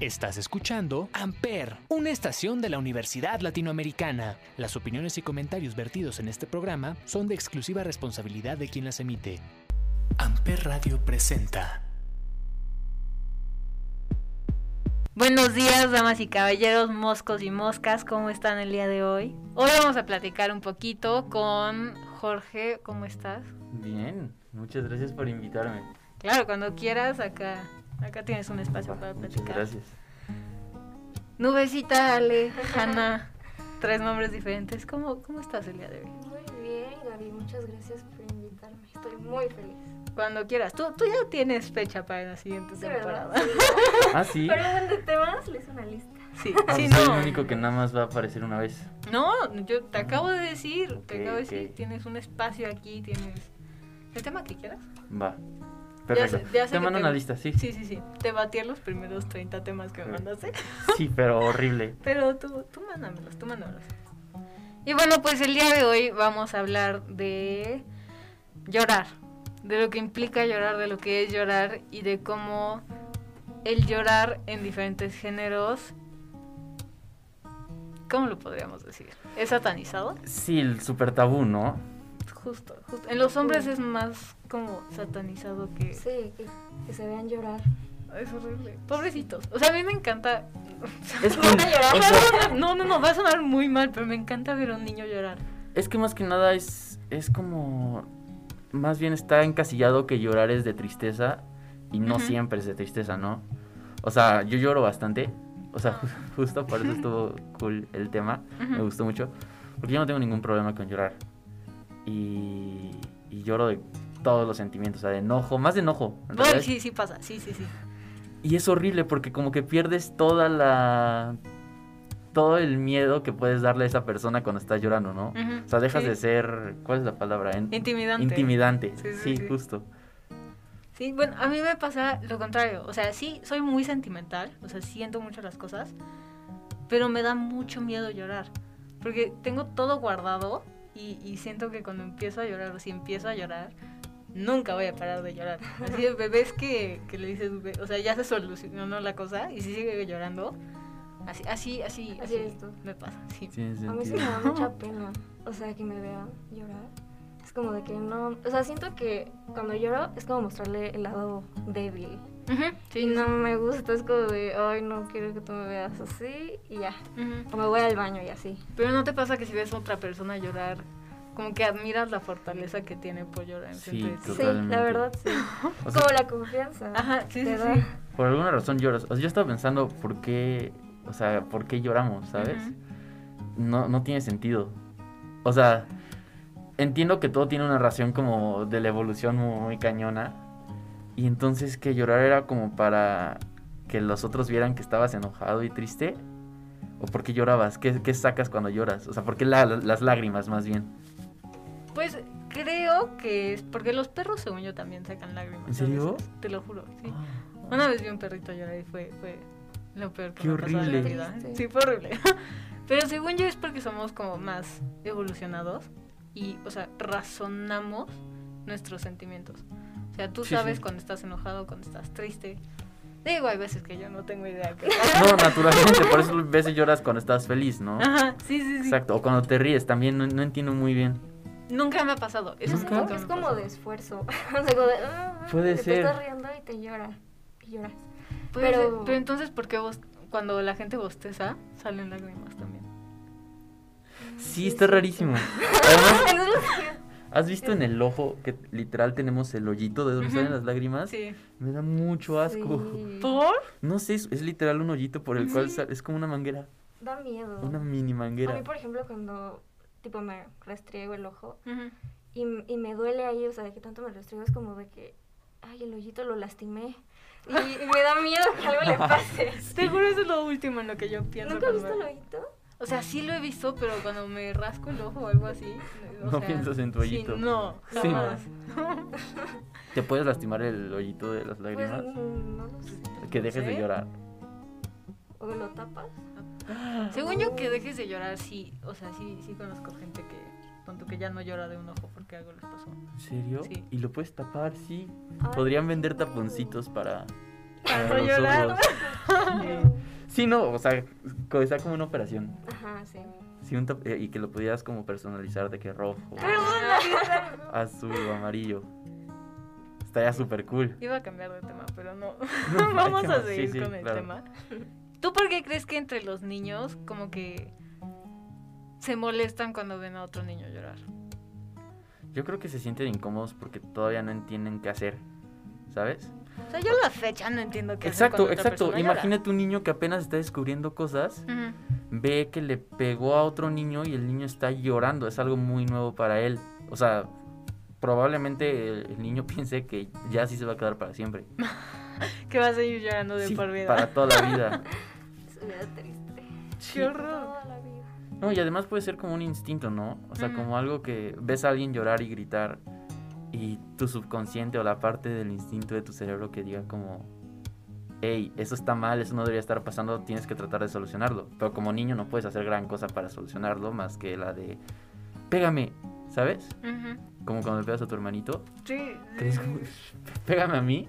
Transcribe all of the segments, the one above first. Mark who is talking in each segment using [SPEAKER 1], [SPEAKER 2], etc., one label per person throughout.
[SPEAKER 1] Estás escuchando Amper, una estación de la Universidad Latinoamericana. Las opiniones y comentarios vertidos en este programa son de exclusiva responsabilidad de quien las emite. Amper Radio presenta.
[SPEAKER 2] Buenos días, damas y caballeros, moscos y moscas, ¿cómo están el día de hoy? Hoy vamos a platicar un poquito con Jorge, ¿cómo estás?
[SPEAKER 3] Bien, muchas gracias por invitarme.
[SPEAKER 2] Claro, cuando quieras, acá, acá tienes un espacio para
[SPEAKER 3] Muchas
[SPEAKER 2] platicar.
[SPEAKER 3] gracias.
[SPEAKER 2] Nubecita, Ale, Hanna, tres nombres diferentes. ¿Cómo, ¿Cómo estás el día de hoy?
[SPEAKER 4] Muy bien, Gaby, muchas gracias por invitarme. Estoy muy feliz.
[SPEAKER 2] Cuando quieras, tú, tú ya tienes fecha para la siguiente
[SPEAKER 4] Sí, ¿verdad?
[SPEAKER 2] temporada.
[SPEAKER 4] Sí.
[SPEAKER 3] Ah, sí.
[SPEAKER 4] Pero hablan de temas, le hice una lista.
[SPEAKER 2] Sí,
[SPEAKER 3] Ah,
[SPEAKER 2] sí,
[SPEAKER 3] pues soy el único
[SPEAKER 2] no.
[SPEAKER 3] que nada más va a aparecer una vez.
[SPEAKER 2] No, yo te acabo de decir, te
[SPEAKER 3] Ok,
[SPEAKER 2] acabo de
[SPEAKER 3] ok.
[SPEAKER 2] decir, tienes un espacio aquí, tienes el tema que quieras.
[SPEAKER 3] Va.
[SPEAKER 2] Ya
[SPEAKER 3] Perfecto.
[SPEAKER 2] sé- ya sé
[SPEAKER 3] te
[SPEAKER 2] que
[SPEAKER 3] mando
[SPEAKER 2] te-
[SPEAKER 3] una lista, sí.
[SPEAKER 2] Sí, sí, sí. Te batí a los primeros 30 temas que me
[SPEAKER 3] Sí.
[SPEAKER 2] mandaste.
[SPEAKER 3] Sí, pero horrible.
[SPEAKER 2] Pero tú, tú mándamelos, tú mándamelos. Y bueno, pues el día de hoy vamos a hablar de llorar. De lo que implica llorar, de lo que es llorar y de cómo el llorar en diferentes géneros. ¿Cómo lo podríamos decir? ¿Es satanizado?
[SPEAKER 3] Sí, el super tabú, ¿no?
[SPEAKER 2] Justo, justo. En los hombres es más como satanizado que.
[SPEAKER 4] Sí, que, que se vean llorar.
[SPEAKER 2] Es horrible. Pobrecitos. O sea, a mí me encanta.
[SPEAKER 3] Es
[SPEAKER 2] Me van
[SPEAKER 3] que-
[SPEAKER 2] a llorar.
[SPEAKER 3] o sea-
[SPEAKER 2] Me van a- No, no, no, va a sonar muy mal, pero me encanta ver a un niño llorar.
[SPEAKER 3] Es que más que nada es, es como... Más bien está encasillado que llorar es de tristeza y no
[SPEAKER 2] Ujú.
[SPEAKER 3] siempre es de tristeza, ¿no? O sea, yo lloro bastante. O sea,
[SPEAKER 2] Ah.
[SPEAKER 3] justo por eso estuvo cool el tema. Me
[SPEAKER 2] Ujú.
[SPEAKER 3] gustó mucho. Porque yo no tengo ningún problema con llorar. Y, y lloro de todos los sentimientos, o sea, de enojo, más de enojo. en
[SPEAKER 2] Ay,
[SPEAKER 3] realidad.
[SPEAKER 2] sí, sí pasa, sí, sí, sí.
[SPEAKER 3] Y es horrible porque como que pierdes toda la... Todo el miedo que puedes darle a esa persona cuando estás llorando, ¿no?
[SPEAKER 2] Ujú.
[SPEAKER 3] O sea, dejas
[SPEAKER 2] Sí.
[SPEAKER 3] de ser... ¿Cuál es la palabra? En-
[SPEAKER 2] Intimidante.
[SPEAKER 3] Intimidante.
[SPEAKER 2] Sí,
[SPEAKER 3] Sí,
[SPEAKER 2] sí, sí.
[SPEAKER 3] justo.
[SPEAKER 2] Sí, bueno, a mí me pasa lo contrario. O sea, sí, soy muy sentimental, o sea, siento mucho las cosas, pero me da mucho miedo llorar. Porque tengo todo guardado y, y siento que cuando empiezo a llorar, o si empiezo a llorar, nunca voy a parar de llorar. Así de bebés que, que le dices, "Ve", o sea, ya se solucionó la cosa y si sigue llorando, así, así, así,
[SPEAKER 4] Así eres tú.
[SPEAKER 2] me pasa. Sí.
[SPEAKER 3] Tiene
[SPEAKER 4] A mí sí
[SPEAKER 3] sentido.
[SPEAKER 4] me da mucha pena. O sea, que me vean llorar. Es como de que no. O sea, siento que cuando lloro es como mostrarle el lado débil.
[SPEAKER 2] Ujú,
[SPEAKER 4] Y
[SPEAKER 2] sí,
[SPEAKER 4] no me gusta, es como de, ay, no quiero que tú me veas así y ya.
[SPEAKER 2] Ujú.
[SPEAKER 4] O me voy al baño y así.
[SPEAKER 2] Pero no te pasa que si ves a otra persona llorar, como que admiras la fortaleza que tiene por llorar enfrente
[SPEAKER 3] Sí,
[SPEAKER 2] de ti?
[SPEAKER 3] total.
[SPEAKER 4] Sí,
[SPEAKER 3] Totalmente.
[SPEAKER 4] la verdad, sí.
[SPEAKER 3] O sea,
[SPEAKER 4] como la confianza.
[SPEAKER 2] Ajá, sí, sí,
[SPEAKER 4] te da.
[SPEAKER 2] sí.
[SPEAKER 3] por alguna razón lloras. O sea, yo estaba pensando por qué... O sea, por qué lloramos, ¿sabes?
[SPEAKER 2] Ujú.
[SPEAKER 3] no, no tiene sentido. O sea, entiendo que todo tiene una ración como de la evolución muy cañona. Y entonces que llorar era como para que los otros vieran que estabas enojado y triste. ¿O por qué llorabas? ¿Qué, qué sacas cuando lloras? O sea, ¿por qué la- las lágrimas más bien?
[SPEAKER 2] Pues creo que es porque los perros, según yo, también sacan lágrimas.
[SPEAKER 3] ¿En serio? Ah.
[SPEAKER 2] a veces, Te lo juro, sí. Una vez vi un perrito llorar y fue, fue lo peor que
[SPEAKER 3] Qué
[SPEAKER 2] me ha pasado en la
[SPEAKER 3] horrible.
[SPEAKER 2] vida. ¿eh?
[SPEAKER 4] Triste.
[SPEAKER 2] Sí, fue horrible. Pero según yo es porque somos como más evolucionados y, o sea, razonamos nuestros sentimientos. O sea, tú
[SPEAKER 3] Sí,
[SPEAKER 2] sabes
[SPEAKER 3] sí.
[SPEAKER 2] cuando estás enojado, cuando estás triste. Digo, hay veces que yo no tengo idea. Que...
[SPEAKER 3] No, naturalmente, por eso a veces lloras cuando estás feliz, ¿no?
[SPEAKER 2] Ajá, sí, sí, sí.
[SPEAKER 3] Exacto, o cuando te ríes también, no, no entiendo muy bien.
[SPEAKER 2] Nunca me ha pasado. Eso
[SPEAKER 3] Nunca.
[SPEAKER 2] nunca me
[SPEAKER 4] Supongo que
[SPEAKER 2] ha
[SPEAKER 4] es como
[SPEAKER 2] pasado.
[SPEAKER 4] de esfuerzo. o sea, como de, ah, ah,
[SPEAKER 3] Puede
[SPEAKER 4] y
[SPEAKER 3] ser.
[SPEAKER 4] Te estás riendo y te llora. Y lloras.
[SPEAKER 2] Puede ser, Pues pero...
[SPEAKER 4] pero-
[SPEAKER 2] entonces, ¿por qué bos- cuando la gente bosteza salen lágrimas también?
[SPEAKER 3] Sí, está
[SPEAKER 4] Mm, sí.
[SPEAKER 3] rarísimo. Además,
[SPEAKER 4] Eso es lo que-
[SPEAKER 3] ¿Has visto en el ojo que literal tenemos el hoyito de donde
[SPEAKER 2] Ujú.
[SPEAKER 3] salen las lágrimas?
[SPEAKER 2] Sí.
[SPEAKER 3] Me da mucho asco.
[SPEAKER 4] Sí.
[SPEAKER 2] ¿Por?
[SPEAKER 3] No sé, es, es literal un hoyito por el cual sal- es como una manguera,
[SPEAKER 4] Da miedo.
[SPEAKER 3] una mini
[SPEAKER 4] Oh. A
[SPEAKER 3] manguera.
[SPEAKER 4] mí, por ejemplo, cuando tipo me restriego el ojo y, y me duele ahí, o sea, de que tanto me restriego es como de que, ay, el hoyito lo lastimé. Y, y me da miedo que algo le pase.
[SPEAKER 2] Te juro, eso es lo último en lo que yo pienso.
[SPEAKER 4] ¿Nunca has
[SPEAKER 2] cuando-
[SPEAKER 4] visto el hoyito?
[SPEAKER 2] O sea, sí lo he visto, pero cuando me rasco el ojo o algo así. o
[SPEAKER 3] No
[SPEAKER 2] sea,
[SPEAKER 3] piensas en tu
[SPEAKER 2] sí,
[SPEAKER 3] hoyito.
[SPEAKER 2] no,
[SPEAKER 3] Sí.
[SPEAKER 2] jamás.
[SPEAKER 3] ¿Te puedes lastimar el hoyito de las
[SPEAKER 4] Pues
[SPEAKER 3] lágrimas?
[SPEAKER 4] mm, no lo sé.
[SPEAKER 3] que
[SPEAKER 2] no
[SPEAKER 3] dejes
[SPEAKER 2] sé.
[SPEAKER 3] de llorar.
[SPEAKER 4] ¿O lo tapas?
[SPEAKER 2] Según yo, que dejes de llorar, sí. O sea, sí, sí conozco gente que. Tanto que ya no llora de un ojo porque algo les pasó.
[SPEAKER 3] ¿En serio?
[SPEAKER 2] Sí.
[SPEAKER 3] Y lo puedes tapar, sí.
[SPEAKER 4] Ay,
[SPEAKER 3] Podrían
[SPEAKER 4] qué
[SPEAKER 3] vender
[SPEAKER 4] miedo.
[SPEAKER 3] taponcitos para,
[SPEAKER 2] Para
[SPEAKER 3] para
[SPEAKER 2] no llorar.
[SPEAKER 3] ojos.
[SPEAKER 4] No.
[SPEAKER 3] Sí, no, o sea, co- está como una operación.
[SPEAKER 4] Ajá, sí.
[SPEAKER 3] Sí, un tap- eh, y que lo pudieras como personalizar de que rojo, azul o amarillo. Estaría súper cool.
[SPEAKER 2] Iba a cambiar de tema, pero no.
[SPEAKER 3] No, hay
[SPEAKER 2] Vamos
[SPEAKER 3] temas.
[SPEAKER 2] a
[SPEAKER 3] Sí,
[SPEAKER 2] seguir
[SPEAKER 3] sí,
[SPEAKER 2] con el
[SPEAKER 3] claro.
[SPEAKER 2] tema. ¿Tú por qué crees que entre los niños como que se molestan cuando ven a otro niño llorar?
[SPEAKER 3] Yo creo que se sienten incómodos porque todavía no entienden qué hacer, ¿sabes?
[SPEAKER 2] O sea, yo a la fecha no entiendo qué hacer
[SPEAKER 3] exacto,
[SPEAKER 2] cuando otra
[SPEAKER 3] exacto.
[SPEAKER 2] persona llora.
[SPEAKER 3] Imagínate un niño que apenas está descubriendo cosas,
[SPEAKER 2] Ujú.
[SPEAKER 3] ve que le pegó a otro niño y el niño está llorando. Es algo muy nuevo para él. O sea, probablemente el, el niño piense que ya sí se va a quedar para siempre.
[SPEAKER 2] Que vas a ir llorando de
[SPEAKER 3] Sí,
[SPEAKER 2] por vida.
[SPEAKER 3] Para toda la vida.
[SPEAKER 4] Es una vida triste.
[SPEAKER 2] ¡Qué horror!
[SPEAKER 4] Toda la vida.
[SPEAKER 3] No, y además puede ser como un instinto, ¿no? O sea,
[SPEAKER 2] Ujú.
[SPEAKER 3] como algo que ves a alguien llorar y gritar y tu subconsciente o la parte del instinto de tu cerebro que diga como, hey, eso está mal, eso no debería estar pasando, tienes que tratar de solucionarlo. Pero como niño no puedes hacer gran cosa para solucionarlo más que la de, pégame, ¿sabes?
[SPEAKER 2] Ujú.
[SPEAKER 3] Como cuando le pegas a tu hermanito,
[SPEAKER 2] Sí,
[SPEAKER 3] que dices
[SPEAKER 2] Mm.
[SPEAKER 3] como, pégame a mí,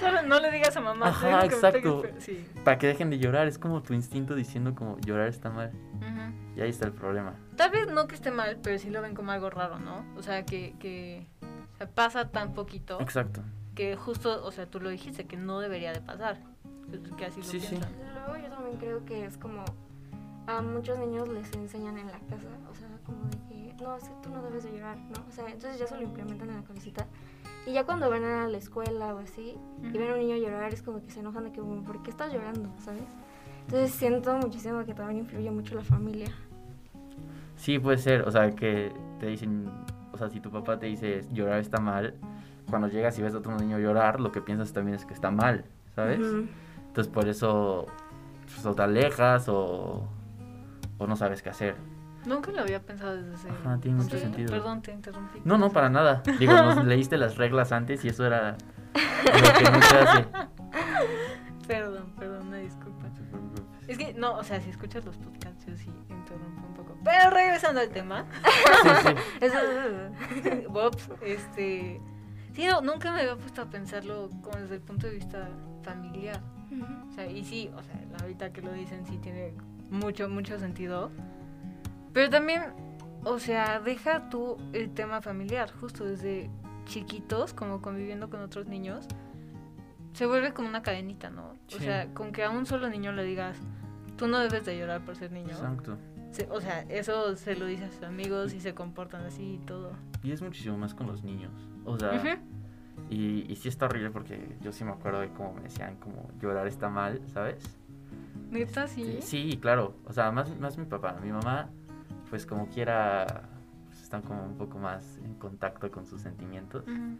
[SPEAKER 2] Solo no le digas a mamá.
[SPEAKER 3] Ajá,
[SPEAKER 2] deja que me pegue,
[SPEAKER 3] exacto.
[SPEAKER 2] pero- Sí.
[SPEAKER 3] para que dejen de llorar. Es como tu instinto diciendo como, llorar está mal.
[SPEAKER 2] Ujú.
[SPEAKER 3] Y ahí está el problema.
[SPEAKER 2] Tal vez no que esté mal, pero sí lo ven como algo raro, ¿no? O sea, que, que o sea, pasa tan poquito
[SPEAKER 3] Exacto.
[SPEAKER 2] que justo, o sea, tú lo dijiste, que no debería de pasar. Que así lo
[SPEAKER 3] Sí, sí.
[SPEAKER 2] piensan.
[SPEAKER 4] Luego yo también creo que es como a muchos niños les enseñan en la casa, o sea, como de que no, es que tú no debes de llorar, ¿no? O sea, entonces ya se lo implementan en la cabecita. Y ya cuando van a la escuela o así y ven a un niño llorar, es como que se enojan de que, como, ¿por qué estás llorando? ¿Sabes? Entonces siento muchísimo que también influye mucho la familia.
[SPEAKER 3] Sí, puede ser, o sea, que te dicen, o sea, si tu papá te dice llorar está mal, cuando llegas y ves a otro niño llorar, lo que piensas también es que está mal, ¿sabes?
[SPEAKER 4] Ujú.
[SPEAKER 3] Entonces por eso pues, o te alejas o, o no sabes qué hacer.
[SPEAKER 2] Nunca lo había pensado desde ese
[SPEAKER 3] Ajá, tiene
[SPEAKER 2] punto de
[SPEAKER 3] mucho
[SPEAKER 2] vista.
[SPEAKER 3] sentido.
[SPEAKER 2] Perdón, te interrumpí.
[SPEAKER 3] No, no, para nada. Digo, nos leíste las reglas antes y eso era lo que no se hace.
[SPEAKER 2] Perdón, perdón, me disculpa. Es que, no, o sea, si escuchas los podcasts, yo sí interrumpo un poco. Pero regresando al tema,
[SPEAKER 3] Sí, sí.
[SPEAKER 4] Eso-
[SPEAKER 2] Bobs, este... Sí, no, nunca me había puesto a pensarlo como desde el punto de vista familiar.
[SPEAKER 4] Ujú.
[SPEAKER 2] O sea, y sí, o sea, ahorita que lo dicen sí tiene mucho, mucho sentido. Pero también, o sea, deja tú el tema familiar, justo desde chiquitos, como conviviendo con otros niños, se vuelve como una cadenita, ¿no? O
[SPEAKER 3] Sí.
[SPEAKER 2] sea, con que a un solo niño le digas, tú no debes de llorar por ser niño.
[SPEAKER 3] Exacto.
[SPEAKER 2] se- o sea, eso se lo dice a sus amigos y se comportan así y todo.
[SPEAKER 3] Y es muchísimo más con los niños. O sea,
[SPEAKER 2] Ujú.
[SPEAKER 3] y, y sí está horrible porque yo sí me acuerdo de cómo me decían como llorar está mal, ¿sabes?
[SPEAKER 2] Neta, sí.
[SPEAKER 3] Sí, sí, claro. O sea, más, más mi papá. Mi mamá, pues como quiera, pues, están como un poco más en contacto con sus
[SPEAKER 4] Mm.
[SPEAKER 3] sentimientos.
[SPEAKER 2] Ujú.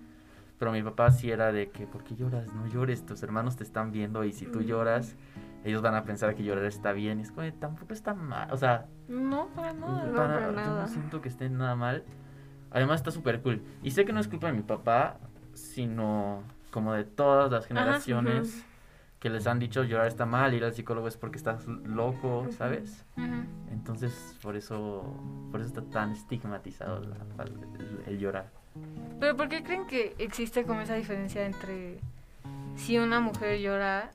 [SPEAKER 3] Pero mi papá sí era de que, ¿por qué lloras? No llores, tus hermanos te están viendo y si tú
[SPEAKER 4] Mm.
[SPEAKER 3] lloras, ellos van a pensar que llorar está bien. Y es como, de, tampoco está mal. O sea,
[SPEAKER 2] No, para nada.
[SPEAKER 4] No,
[SPEAKER 3] para-
[SPEAKER 4] para
[SPEAKER 3] yo
[SPEAKER 4] nada.
[SPEAKER 3] no siento que esté nada mal. Además está súper cool. Y sé que no es culpa de mi papá, sino como de todas las generaciones que les han dicho llorar está mal, ir al psicólogo es porque estás loco,
[SPEAKER 4] Ujú.
[SPEAKER 3] ¿sabes?
[SPEAKER 2] Ujú.
[SPEAKER 3] Entonces, por eso, por eso está tan estigmatizado la- el, el llorar.
[SPEAKER 2] Pero ¿por qué creen que existe como esa diferencia entre si una mujer llora,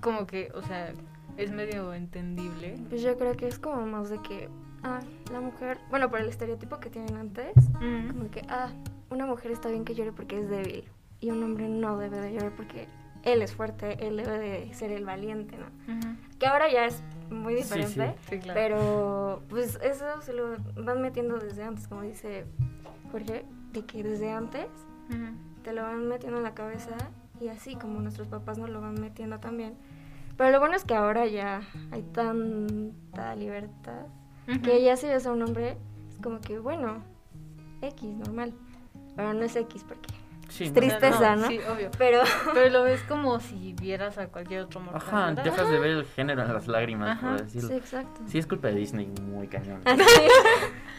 [SPEAKER 2] como que, o sea, es medio entendible?
[SPEAKER 4] Pues yo creo que es como más de que, ah, la mujer, bueno, por el estereotipo que tienen antes, como que, ah, una mujer está bien que llore porque es débil y un hombre no debe de llorar porque él es fuerte, él debe de ser el valiente, ¿no?
[SPEAKER 2] Ujú.
[SPEAKER 4] Que ahora ya es muy
[SPEAKER 3] Sí, sí.
[SPEAKER 4] diferente,
[SPEAKER 2] Sí, claro.
[SPEAKER 4] pero pues eso se lo van metiendo desde antes, como dice Jorge, de que desde antes
[SPEAKER 2] Ujú.
[SPEAKER 4] te lo van metiendo en la cabeza y así como nuestros papás nos lo van metiendo también. Pero lo bueno es que ahora ya hay tanta libertad que ya si ves a un hombre es como que bueno, X normal. Pero no es X porque.
[SPEAKER 3] Sí,
[SPEAKER 4] Es
[SPEAKER 3] ¿no?
[SPEAKER 2] O sea,
[SPEAKER 4] tristeza, ¿no?
[SPEAKER 2] Sí, obvio.
[SPEAKER 4] Pero
[SPEAKER 2] Pero lo ves como si vieras a cualquier otro mortal.
[SPEAKER 3] Ajá,
[SPEAKER 2] ¿verdad?
[SPEAKER 3] dejas de ver el género en las lágrimas,
[SPEAKER 2] Ajá,
[SPEAKER 3] por decirlo.
[SPEAKER 4] sí,
[SPEAKER 3] Sí.
[SPEAKER 4] exacto. Ah,
[SPEAKER 3] es culpa de Disney, muy cañón.
[SPEAKER 4] Así.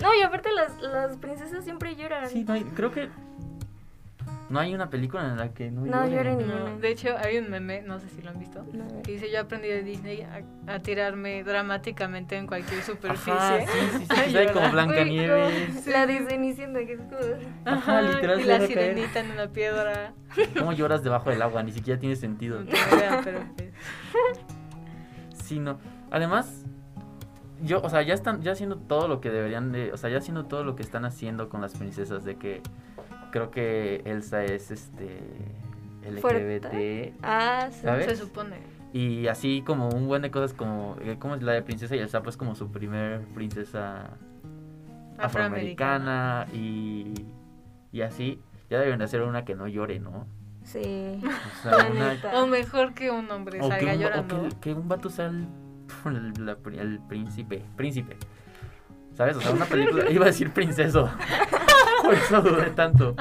[SPEAKER 4] No, y aparte las, las princesas siempre lloran.
[SPEAKER 3] Sí, no hay- creo que No hay una película en la que no,
[SPEAKER 4] No lloren.
[SPEAKER 2] No, de hecho, hay un meme, no sé si lo han visto,
[SPEAKER 4] No, a
[SPEAKER 2] que
[SPEAKER 4] ver.
[SPEAKER 2] dice: Yo aprendí de Disney a, a tirarme dramáticamente en cualquier superficie.
[SPEAKER 3] Ajá, sí, sí, sí,
[SPEAKER 2] A
[SPEAKER 3] sí, sabe como
[SPEAKER 2] llorar.
[SPEAKER 3] Blancanieves.
[SPEAKER 4] La de Cenicienta, que es como...
[SPEAKER 3] Ajá, literal
[SPEAKER 2] y
[SPEAKER 3] se
[SPEAKER 2] la
[SPEAKER 3] deja caer.
[SPEAKER 2] sirenita en una piedra.
[SPEAKER 3] ¿Cómo lloras debajo del agua? Ni siquiera tiene sentido.
[SPEAKER 2] No tengo idea, pero pues,
[SPEAKER 3] Sí, no. Además, yo, o sea, ya están, ya haciendo todo lo que deberían de, o sea, ya haciendo todo lo que están haciendo con las princesas, de que creo que Elsa es, este, LGBT,
[SPEAKER 4] Fuerte. Ah, sí.
[SPEAKER 3] ¿sabes?
[SPEAKER 2] se supone.
[SPEAKER 3] Y así como un buen de cosas como, eh, como la de princesa y el sapo es como su primer princesa
[SPEAKER 2] Afroamericana.
[SPEAKER 3] afroamericana y, y así. Ya deben de hacer una que no llore, ¿no?
[SPEAKER 4] Sí.
[SPEAKER 3] O
[SPEAKER 4] La
[SPEAKER 3] sea, una-
[SPEAKER 4] neta.
[SPEAKER 2] O mejor que un hombre
[SPEAKER 3] o que
[SPEAKER 2] salga
[SPEAKER 3] un, va- o
[SPEAKER 2] llorando.
[SPEAKER 3] que- que un vato sea el, el- la pri- el príncipe. Príncipe. ¿Sabes? O sea, una película. iba a decir princeso. Por eso dudé tanto.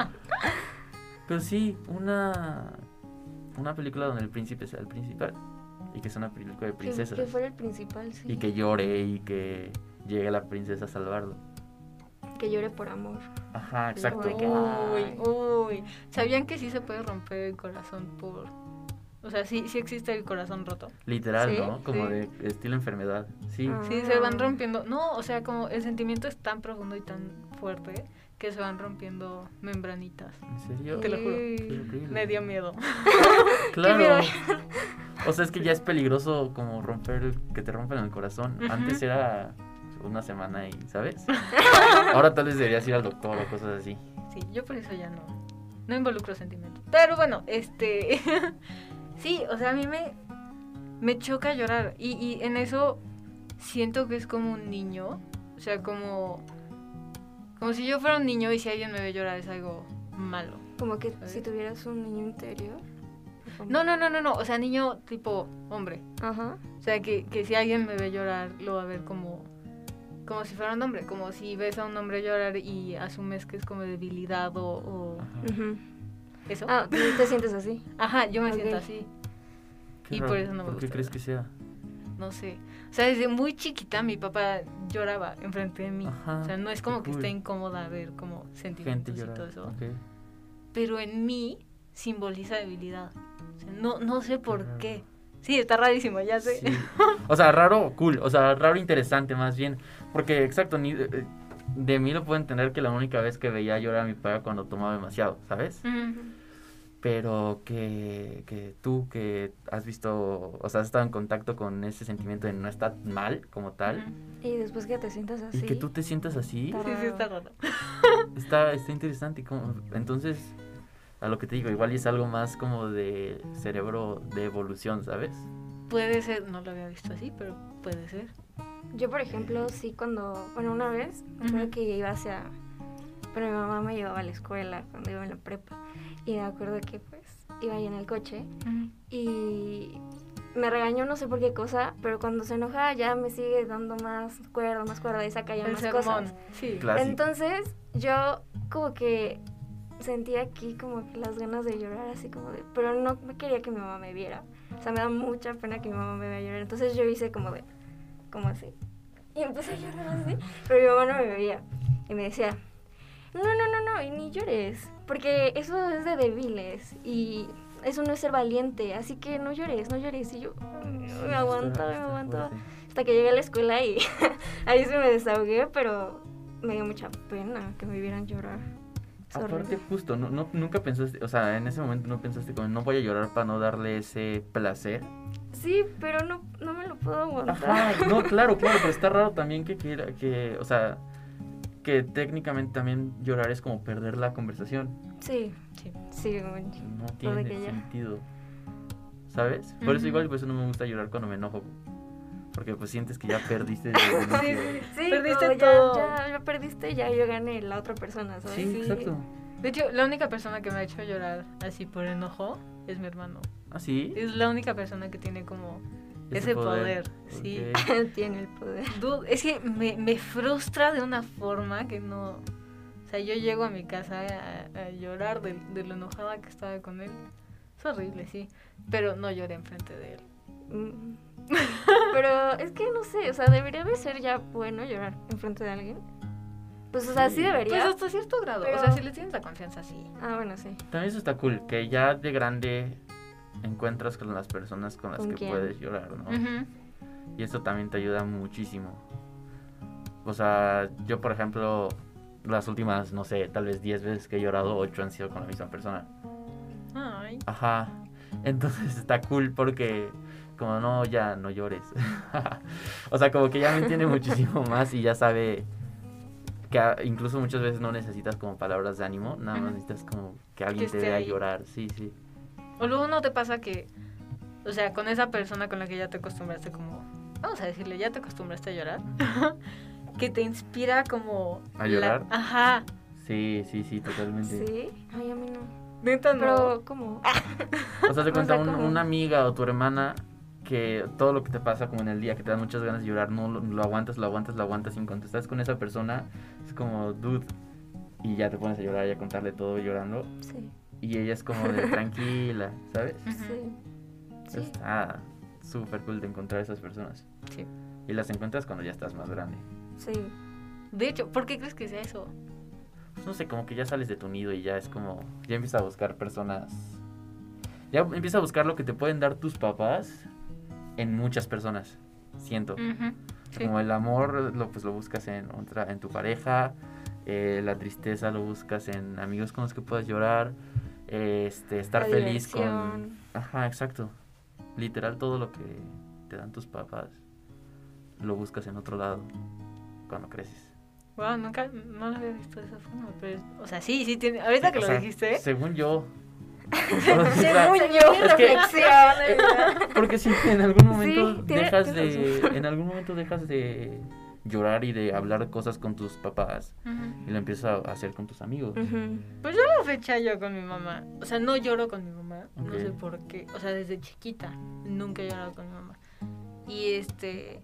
[SPEAKER 3] Pero sí, una. Una película donde el príncipe sea el principal. Y que sea una película de
[SPEAKER 4] Que,
[SPEAKER 3] princesas.
[SPEAKER 4] que fuera el principal, sí.
[SPEAKER 3] Y que llore y que llegue la princesa a salvarlo.
[SPEAKER 4] Que llore por amor.
[SPEAKER 3] Ajá, exacto.
[SPEAKER 4] que-
[SPEAKER 2] Uy, uy. ¿Sabían que sí se puede romper el corazón por... O sea, sí, sí existe el corazón roto.
[SPEAKER 3] Literal,
[SPEAKER 2] Sí,
[SPEAKER 3] ¿no? Como
[SPEAKER 2] sí.
[SPEAKER 3] de estilo enfermedad. Sí.
[SPEAKER 4] Ah.
[SPEAKER 2] Sí, se van rompiendo. No, o sea, como el sentimiento es tan profundo y tan fuerte que se van rompiendo membranitas.
[SPEAKER 3] ¿En serio?
[SPEAKER 2] Te lo juro.
[SPEAKER 3] Qué horrible.
[SPEAKER 2] Me dio miedo.
[SPEAKER 3] Claro. O sea, es que ya es peligroso como romper, el- que te rompan el corazón.
[SPEAKER 2] Ujú.
[SPEAKER 3] Antes era una semana y, ¿sabes? Ahora tal vez deberías ir al doctor o cosas así.
[SPEAKER 2] Sí, yo por eso ya no, no involucro sentimientos. Pero bueno, este. sí, o sea, a mí me, me choca llorar. Y, y en eso siento que es como un niño. O sea, como. Como si yo fuera un niño y si alguien me ve llorar es algo malo.
[SPEAKER 4] Como que
[SPEAKER 2] ¿Sabes?
[SPEAKER 4] si tuvieras un niño interior.
[SPEAKER 2] No, no, no, no, no. O sea, niño tipo hombre.
[SPEAKER 4] Ajá.
[SPEAKER 2] O sea, que, que si alguien me ve llorar, lo va a ver como, como si fuera un hombre. Como si ves a un hombre llorar y asumes que es como debilidad o, o
[SPEAKER 4] Ujú.
[SPEAKER 2] eso.
[SPEAKER 4] Ah, ¿tú te sientes así.
[SPEAKER 2] Ajá, yo me
[SPEAKER 4] Ok.
[SPEAKER 2] siento así.
[SPEAKER 3] Qué
[SPEAKER 2] Y
[SPEAKER 3] raro.
[SPEAKER 2] por eso no me
[SPEAKER 3] ¿Por qué
[SPEAKER 2] gusta
[SPEAKER 3] crees
[SPEAKER 2] llorar.
[SPEAKER 3] que sea?
[SPEAKER 2] No sé. O sea, desde muy chiquita mi papá lloraba enfrente de mí.
[SPEAKER 3] Ajá,
[SPEAKER 2] o sea, no es
[SPEAKER 3] qué
[SPEAKER 2] como que
[SPEAKER 3] cool.
[SPEAKER 2] esté incómoda ver como
[SPEAKER 3] Gente
[SPEAKER 2] sentimientos y
[SPEAKER 3] llora.
[SPEAKER 2] todo eso.
[SPEAKER 3] Ok.
[SPEAKER 2] Pero en mí simboliza debilidad. O sea, no, no sé por
[SPEAKER 3] raro.
[SPEAKER 2] qué. Sí, está rarísimo, ya sé.
[SPEAKER 3] Sí. O sea, raro, cool. O sea, raro, interesante más bien. Porque, exacto, ni, eh, de mí lo puedo entender que la única vez que veía llorar a mi papá era cuando tomaba demasiado, ¿sabes?
[SPEAKER 2] Ujú.
[SPEAKER 3] Pero que, que tú que has visto, o sea, has estado en contacto con ese sentimiento de no estar mal como tal,
[SPEAKER 2] Ujú.
[SPEAKER 4] Y después que te sientas así.
[SPEAKER 3] y que tú te sientas así,
[SPEAKER 4] Está
[SPEAKER 2] Sí, sí,
[SPEAKER 4] raro.
[SPEAKER 2] está raro.
[SPEAKER 3] está, está interesante. y como- entonces, a lo que te digo, igual y es algo más como de cerebro de evolución, ¿sabes?
[SPEAKER 2] Puede ser, no lo había visto así, pero puede ser.
[SPEAKER 4] Yo, por ejemplo, sí, cuando. Bueno, una vez, me acuerdo
[SPEAKER 2] Eh. Ujú.
[SPEAKER 4] que iba hacia. Pero mi mamá me llevaba a la escuela cuando iba en la prepa. Y me acuerdo que, pues, iba ahí en el coche. Y me regañó no sé por qué cosa, pero cuando se enoja ya me sigue dando más cuerda, más cuerda y saca ya
[SPEAKER 2] El
[SPEAKER 4] más
[SPEAKER 2] sermón.
[SPEAKER 4] cosas.
[SPEAKER 2] Sí.
[SPEAKER 3] Claro. Clásico.
[SPEAKER 4] Entonces yo como que sentía aquí como que las ganas de llorar, así como de... Pero no me quería que mi mamá me viera. O sea, me da mucha pena que mi mamá me vea llorar. Entonces yo hice como de... como así. Y empecé a llorar así, pero mi mamá no me veía. Y me decía, no, no, no, no, y ni llores, porque eso es de débiles y eso no es ser valiente, así que no llores, no llores. Y yo "Mm, me aguanto, me aguanto, hasta que llegué a la escuela y ahí se me desahogué, pero me dio mucha pena que me vieran llorar. Es
[SPEAKER 3] Aparte,
[SPEAKER 4] horrible.
[SPEAKER 3] justo, no, no- nunca pensaste, o sea, en ese momento no pensaste como, no voy a llorar para no darle ese placer.
[SPEAKER 4] Sí, pero no, no me lo puedo aguantar.
[SPEAKER 3] Ajá, no, claro, claro, pero está raro también que quiera, que, o sea, que técnicamente también llorar es como perder la conversación.
[SPEAKER 4] Sí,
[SPEAKER 2] Sí.
[SPEAKER 4] sí, muy-
[SPEAKER 3] No
[SPEAKER 2] Pues
[SPEAKER 4] de
[SPEAKER 3] tiene
[SPEAKER 4] que ya.
[SPEAKER 3] sentido, ¿sabes? Por eso
[SPEAKER 2] Ujú.
[SPEAKER 3] igual, por eso no me gusta llorar cuando me enojo, porque pues sientes que ya perdiste. el
[SPEAKER 2] Sí,
[SPEAKER 3] inicio.
[SPEAKER 2] sí, sí.
[SPEAKER 4] Sí,
[SPEAKER 2] Perdiste
[SPEAKER 4] como ya-
[SPEAKER 2] todo.
[SPEAKER 4] Ya, ya perdiste, ya yo gané la otra persona, ¿sabes?
[SPEAKER 3] Sí, exacto.
[SPEAKER 2] De hecho, la única persona que me ha hecho llorar así por enojo es mi hermano.
[SPEAKER 3] ¿Ah, sí?
[SPEAKER 2] Es la única persona que tiene como ese poder, sí.
[SPEAKER 3] Ok.
[SPEAKER 4] Tiene el poder.
[SPEAKER 2] Dude, es que me, me frustra de una forma que no. O sea, yo llego a mi casa a, a llorar de, de lo enojada que estaba con él. Es horrible, sí. Pero no lloré enfrente de él.
[SPEAKER 4] Mm. Pero es que no sé, o sea, debería de ser ya bueno llorar enfrente de alguien. Pues, o sea, sí debería.
[SPEAKER 2] Pues hasta cierto grado.
[SPEAKER 4] Pero-
[SPEAKER 2] O sea, si le tienes la confianza, sí.
[SPEAKER 4] Ah, bueno, sí.
[SPEAKER 3] También eso está cool, que ya de grande encuentras con las personas con las
[SPEAKER 4] ¿Con
[SPEAKER 3] que
[SPEAKER 4] quién?
[SPEAKER 3] puedes llorar, ¿no?
[SPEAKER 2] Ujú.
[SPEAKER 3] Y esto también te ayuda muchísimo. O sea, yo por ejemplo, las últimas, no sé, tal vez 10 veces que he llorado, 8 han sido con la misma persona.
[SPEAKER 2] Ay.
[SPEAKER 3] Ajá. Entonces está cool porque como no, ya no llores. o sea, como que ya me entiende muchísimo más y ya sabe que a- incluso muchas veces no necesitas como palabras de ánimo, nada más
[SPEAKER 2] Ujú.
[SPEAKER 3] necesitas como que alguien te
[SPEAKER 2] esté
[SPEAKER 3] vea
[SPEAKER 2] ahí.
[SPEAKER 3] llorar. Sí, sí.
[SPEAKER 2] O luego no te pasa que, o sea, con esa persona con la que ya te acostumbraste como, vamos a decirle, ya te acostumbraste a llorar, que te inspira como...
[SPEAKER 3] ¿A llorar?
[SPEAKER 2] la- Ajá.
[SPEAKER 3] Sí, sí, sí, totalmente.
[SPEAKER 4] ¿Sí? Ay, a mí no.
[SPEAKER 2] Neta, no.
[SPEAKER 4] Pero, ¿cómo? Ah,
[SPEAKER 3] O sea, te
[SPEAKER 4] O
[SPEAKER 3] cuenta
[SPEAKER 4] sea,
[SPEAKER 3] un-
[SPEAKER 4] como-
[SPEAKER 3] una amiga o tu hermana que todo lo que te pasa como en el día, que te dan muchas ganas de llorar, no lo, lo aguantas, lo aguantas, lo aguantas, y en cuanto estás con esa persona, es como, dude, y ya te pones a llorar y a contarle todo llorando,
[SPEAKER 4] sí,
[SPEAKER 3] y ella es como de tranquila, ¿sabes?
[SPEAKER 2] Ujú.
[SPEAKER 4] sí. Sí.
[SPEAKER 3] Está súper cool de encontrar a esas personas.
[SPEAKER 2] Sí.
[SPEAKER 3] Y las encuentras cuando ya estás más grande.
[SPEAKER 4] Sí.
[SPEAKER 2] De hecho, ¿por qué crees que sea eso?
[SPEAKER 3] Pues no sé, como que ya sales de tu nido y ya es como, ya empiezas a buscar personas. Ya empiezas a buscar lo que te pueden dar tus papás en muchas personas, siento.
[SPEAKER 4] Mm,
[SPEAKER 2] Ujú. Sí.
[SPEAKER 3] Como el amor, lo, pues lo buscas en, otra, en tu pareja, eh, la tristeza lo buscas en amigos con los que puedas llorar, eh, este, estar
[SPEAKER 4] La
[SPEAKER 3] feliz con...
[SPEAKER 4] diversión.
[SPEAKER 3] Ajá, exacto. Literal todo lo que te dan tus papás lo buscas en otro lado cuando creces.
[SPEAKER 2] Wow, nunca, no lo había visto de esa forma, pero, o sea, sí, sí tiene, ahorita que
[SPEAKER 3] O
[SPEAKER 2] lo
[SPEAKER 3] sea,
[SPEAKER 2] dijiste,
[SPEAKER 3] Según yo. O sea,
[SPEAKER 2] Según
[SPEAKER 4] yo.
[SPEAKER 3] Es que-
[SPEAKER 4] reflexión.
[SPEAKER 3] porque si en algún momento
[SPEAKER 4] Sí, tiene-
[SPEAKER 3] dejas
[SPEAKER 4] tienes
[SPEAKER 3] de en algún momento dejas de llorar y de hablar cosas con tus papás
[SPEAKER 2] Ujú.
[SPEAKER 3] y lo empiezas a hacer con tus amigos.
[SPEAKER 4] Ujú.
[SPEAKER 2] la fecha yo con mi mamá, o sea, no lloro con mi mamá, no
[SPEAKER 3] Ok.
[SPEAKER 2] sé por qué, o sea, desde chiquita nunca he llorado con mi mamá. Y este,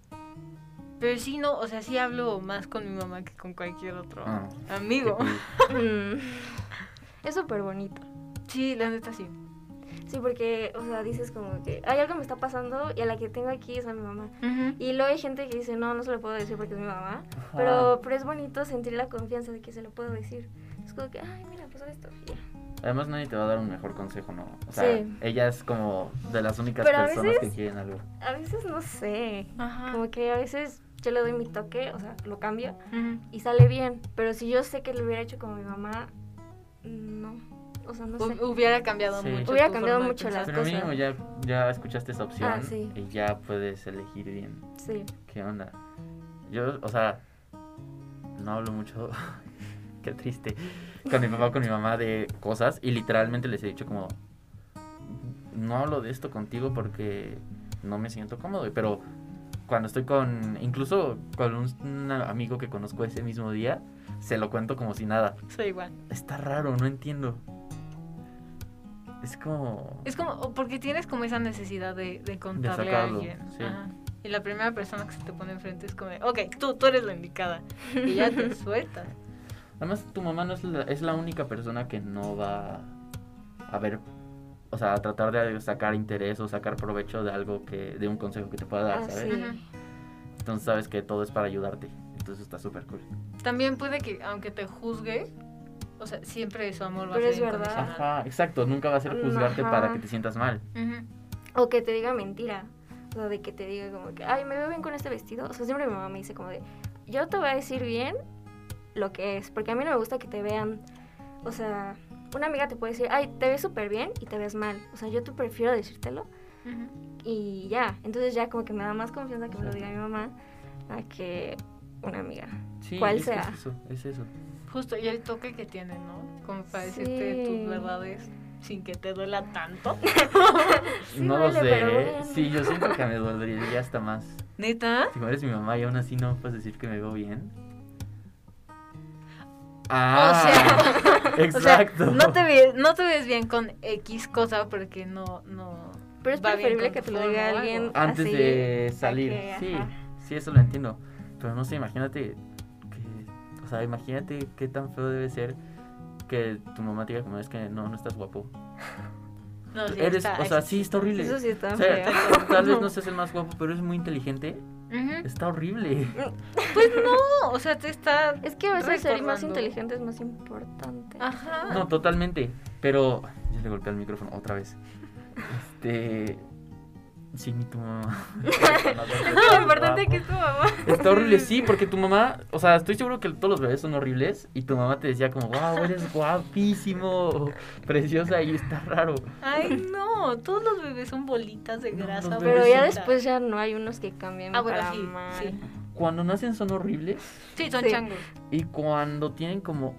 [SPEAKER 2] pero sí, no, o sea, sí hablo más con mi mamá que con cualquier otro
[SPEAKER 3] Ah, qué
[SPEAKER 2] amigo.
[SPEAKER 3] cool.
[SPEAKER 4] Mm. Es súper bonito.
[SPEAKER 2] Sí, la neta sí.
[SPEAKER 4] Sí, porque, o sea, dices como que hay algo me está pasando y a la que tengo aquí es a mi mamá. Y luego hay gente que dice, no, no se lo puedo decir porque es mi mamá.
[SPEAKER 3] Ajá.
[SPEAKER 4] Pero, pero es bonito sentir la confianza de que se lo puedo decir. Es como que, ay, mira, pasó esto. y ya.
[SPEAKER 3] Además nadie te va a dar un mejor consejo, ¿no? O sea,
[SPEAKER 4] Sí.
[SPEAKER 3] ella es como de las únicas
[SPEAKER 4] Pero a
[SPEAKER 3] personas
[SPEAKER 4] veces-
[SPEAKER 3] que quieren algo.
[SPEAKER 4] A veces no sé.
[SPEAKER 2] Ajá.
[SPEAKER 4] Como que a veces yo le doy mi toque, o sea, lo cambio
[SPEAKER 2] Ujú.
[SPEAKER 4] y sale bien. Pero si yo sé que lo hubiera hecho como mi mamá, no. O sea, no sé.
[SPEAKER 2] Hu- Hubiera cambiado
[SPEAKER 3] Sí.
[SPEAKER 2] mucho.
[SPEAKER 4] Hubiera
[SPEAKER 2] tu
[SPEAKER 4] cambiado
[SPEAKER 2] forma de
[SPEAKER 4] mucho
[SPEAKER 2] pensar.
[SPEAKER 4] las
[SPEAKER 3] Pero
[SPEAKER 4] cosas.
[SPEAKER 3] mínimo ya, ya escuchaste esa opción
[SPEAKER 4] Ah, sí.
[SPEAKER 3] y ya puedes elegir bien.
[SPEAKER 4] Sí.
[SPEAKER 3] ¿Qué onda? Yo, o sea, no hablo mucho. Qué triste. Con mi papá, con mi mamá de cosas. Y literalmente les he dicho como, no hablo de esto contigo porque no me siento cómodo. Pero cuando estoy con, incluso con un, un amigo que conozco ese mismo día, se lo cuento como si nada.
[SPEAKER 2] Soy igual.
[SPEAKER 3] Está raro, no entiendo. Es como...
[SPEAKER 2] Es como, o porque tienes como esa necesidad de, de contarle a
[SPEAKER 3] sacarlo,
[SPEAKER 2] alguien.
[SPEAKER 3] sí.
[SPEAKER 2] Ajá. Y la primera persona que se te pone enfrente es como, de, ok, tú, tú eres la indicada. Y ya te sueltas.
[SPEAKER 3] Además, tu mamá no es la, es la única persona que no va a ver, o sea, a tratar de sacar interés o sacar provecho de algo que, de un consejo que te pueda dar,
[SPEAKER 4] Ah, sí.
[SPEAKER 3] ¿sabes? Entonces sabes que todo es para ayudarte. Entonces está súper cool.
[SPEAKER 2] También puede que, aunque te juzgue, o sea, siempre su amor va
[SPEAKER 4] Pero
[SPEAKER 2] a
[SPEAKER 4] es
[SPEAKER 2] ser
[SPEAKER 4] verdad.
[SPEAKER 2] incondicional.
[SPEAKER 3] Ajá, exacto. Nunca va a ser juzgarte
[SPEAKER 4] Ah. Ajá.
[SPEAKER 3] para que te sientas mal.
[SPEAKER 2] Ujú.
[SPEAKER 4] O que te diga mentira. O sea, de que te diga como que, ay, me veo bien con este vestido. O sea, siempre mi mamá me dice como de, yo te voy a decir bien lo que es. Porque a mí no me gusta que te vean. O sea, una amiga te puede decir, ay, te ves súper bien y te ves mal. O sea, yo te prefiero decírtelo
[SPEAKER 2] Ujú.
[SPEAKER 4] y ya. Entonces ya como que me da más confianza que me lo diga mi mamá a que una amiga.
[SPEAKER 3] Sí,
[SPEAKER 4] ¿Cuál
[SPEAKER 3] es,
[SPEAKER 4] sea?
[SPEAKER 3] es eso, es eso.
[SPEAKER 2] Justo, y el toque que tiene, ¿no? Como para
[SPEAKER 4] Sí.
[SPEAKER 2] decirte tus verdades sin que te duela tanto.
[SPEAKER 4] Sí,
[SPEAKER 3] no lo
[SPEAKER 4] duele,
[SPEAKER 3] sé.
[SPEAKER 4] pero
[SPEAKER 3] ¿eh?
[SPEAKER 4] bueno.
[SPEAKER 3] Sí, yo siento que me dolería hasta más.
[SPEAKER 2] ¿Neta?
[SPEAKER 3] Si eres mi mamá y aún así no puedes decir que me veo bien. Ah,
[SPEAKER 2] O sea,
[SPEAKER 3] exacto.
[SPEAKER 2] no, te ves, no te ves bien con X cosa porque no... no...
[SPEAKER 4] Pero es
[SPEAKER 2] Va bien
[SPEAKER 4] preferible
[SPEAKER 2] con
[SPEAKER 4] que
[SPEAKER 2] tu
[SPEAKER 4] te lo
[SPEAKER 2] forma
[SPEAKER 4] diga
[SPEAKER 2] o algo.
[SPEAKER 4] alguien
[SPEAKER 3] antes
[SPEAKER 4] así,
[SPEAKER 3] de
[SPEAKER 4] a
[SPEAKER 3] salir.
[SPEAKER 4] que,
[SPEAKER 3] sí,
[SPEAKER 4] ajá.
[SPEAKER 3] sí, eso lo entiendo. Pero no sé, imagínate que, o sea, imagínate qué tan feo debe ser que tu mamá te diga como es que no, no estás guapo.
[SPEAKER 2] no sí
[SPEAKER 3] Eres,
[SPEAKER 2] está-
[SPEAKER 3] o sea, sí, está horrible.
[SPEAKER 4] Eso sí está
[SPEAKER 3] O sea,
[SPEAKER 4] feo.
[SPEAKER 3] tal vez no seas el más guapo, pero eres muy inteligente.
[SPEAKER 2] Ujú. Ujú.
[SPEAKER 3] Está horrible.
[SPEAKER 2] Pues no, o sea, te está.
[SPEAKER 4] Es que a veces ser más
[SPEAKER 2] Recordando. Ah.
[SPEAKER 4] inteligente es más importante.
[SPEAKER 2] Ajá.
[SPEAKER 3] No, totalmente. Pero. Ya le golpeé el micrófono otra vez. Este. Sí, ni tu mamá.
[SPEAKER 4] Lo
[SPEAKER 3] Ah,
[SPEAKER 4] importante que es tu mamá.
[SPEAKER 3] Está horrible, sí, porque tu mamá, o sea, estoy seguro que todos los bebés son horribles y tu mamá te decía como, wow, eres guapísimo, preciosa y está raro.
[SPEAKER 2] Ay, no, todos los bebés son bolitas de
[SPEAKER 3] No,
[SPEAKER 2] grasa.
[SPEAKER 3] los bebés
[SPEAKER 4] Pero ya
[SPEAKER 2] bebecita.
[SPEAKER 4] después ya no hay unos que cambian
[SPEAKER 2] Ah, bueno,
[SPEAKER 4] para
[SPEAKER 2] sí,
[SPEAKER 4] mal.
[SPEAKER 2] sí.
[SPEAKER 3] Cuando nacen son horribles
[SPEAKER 2] Sí, son
[SPEAKER 4] Sí.
[SPEAKER 2] changos.
[SPEAKER 3] y cuando tienen como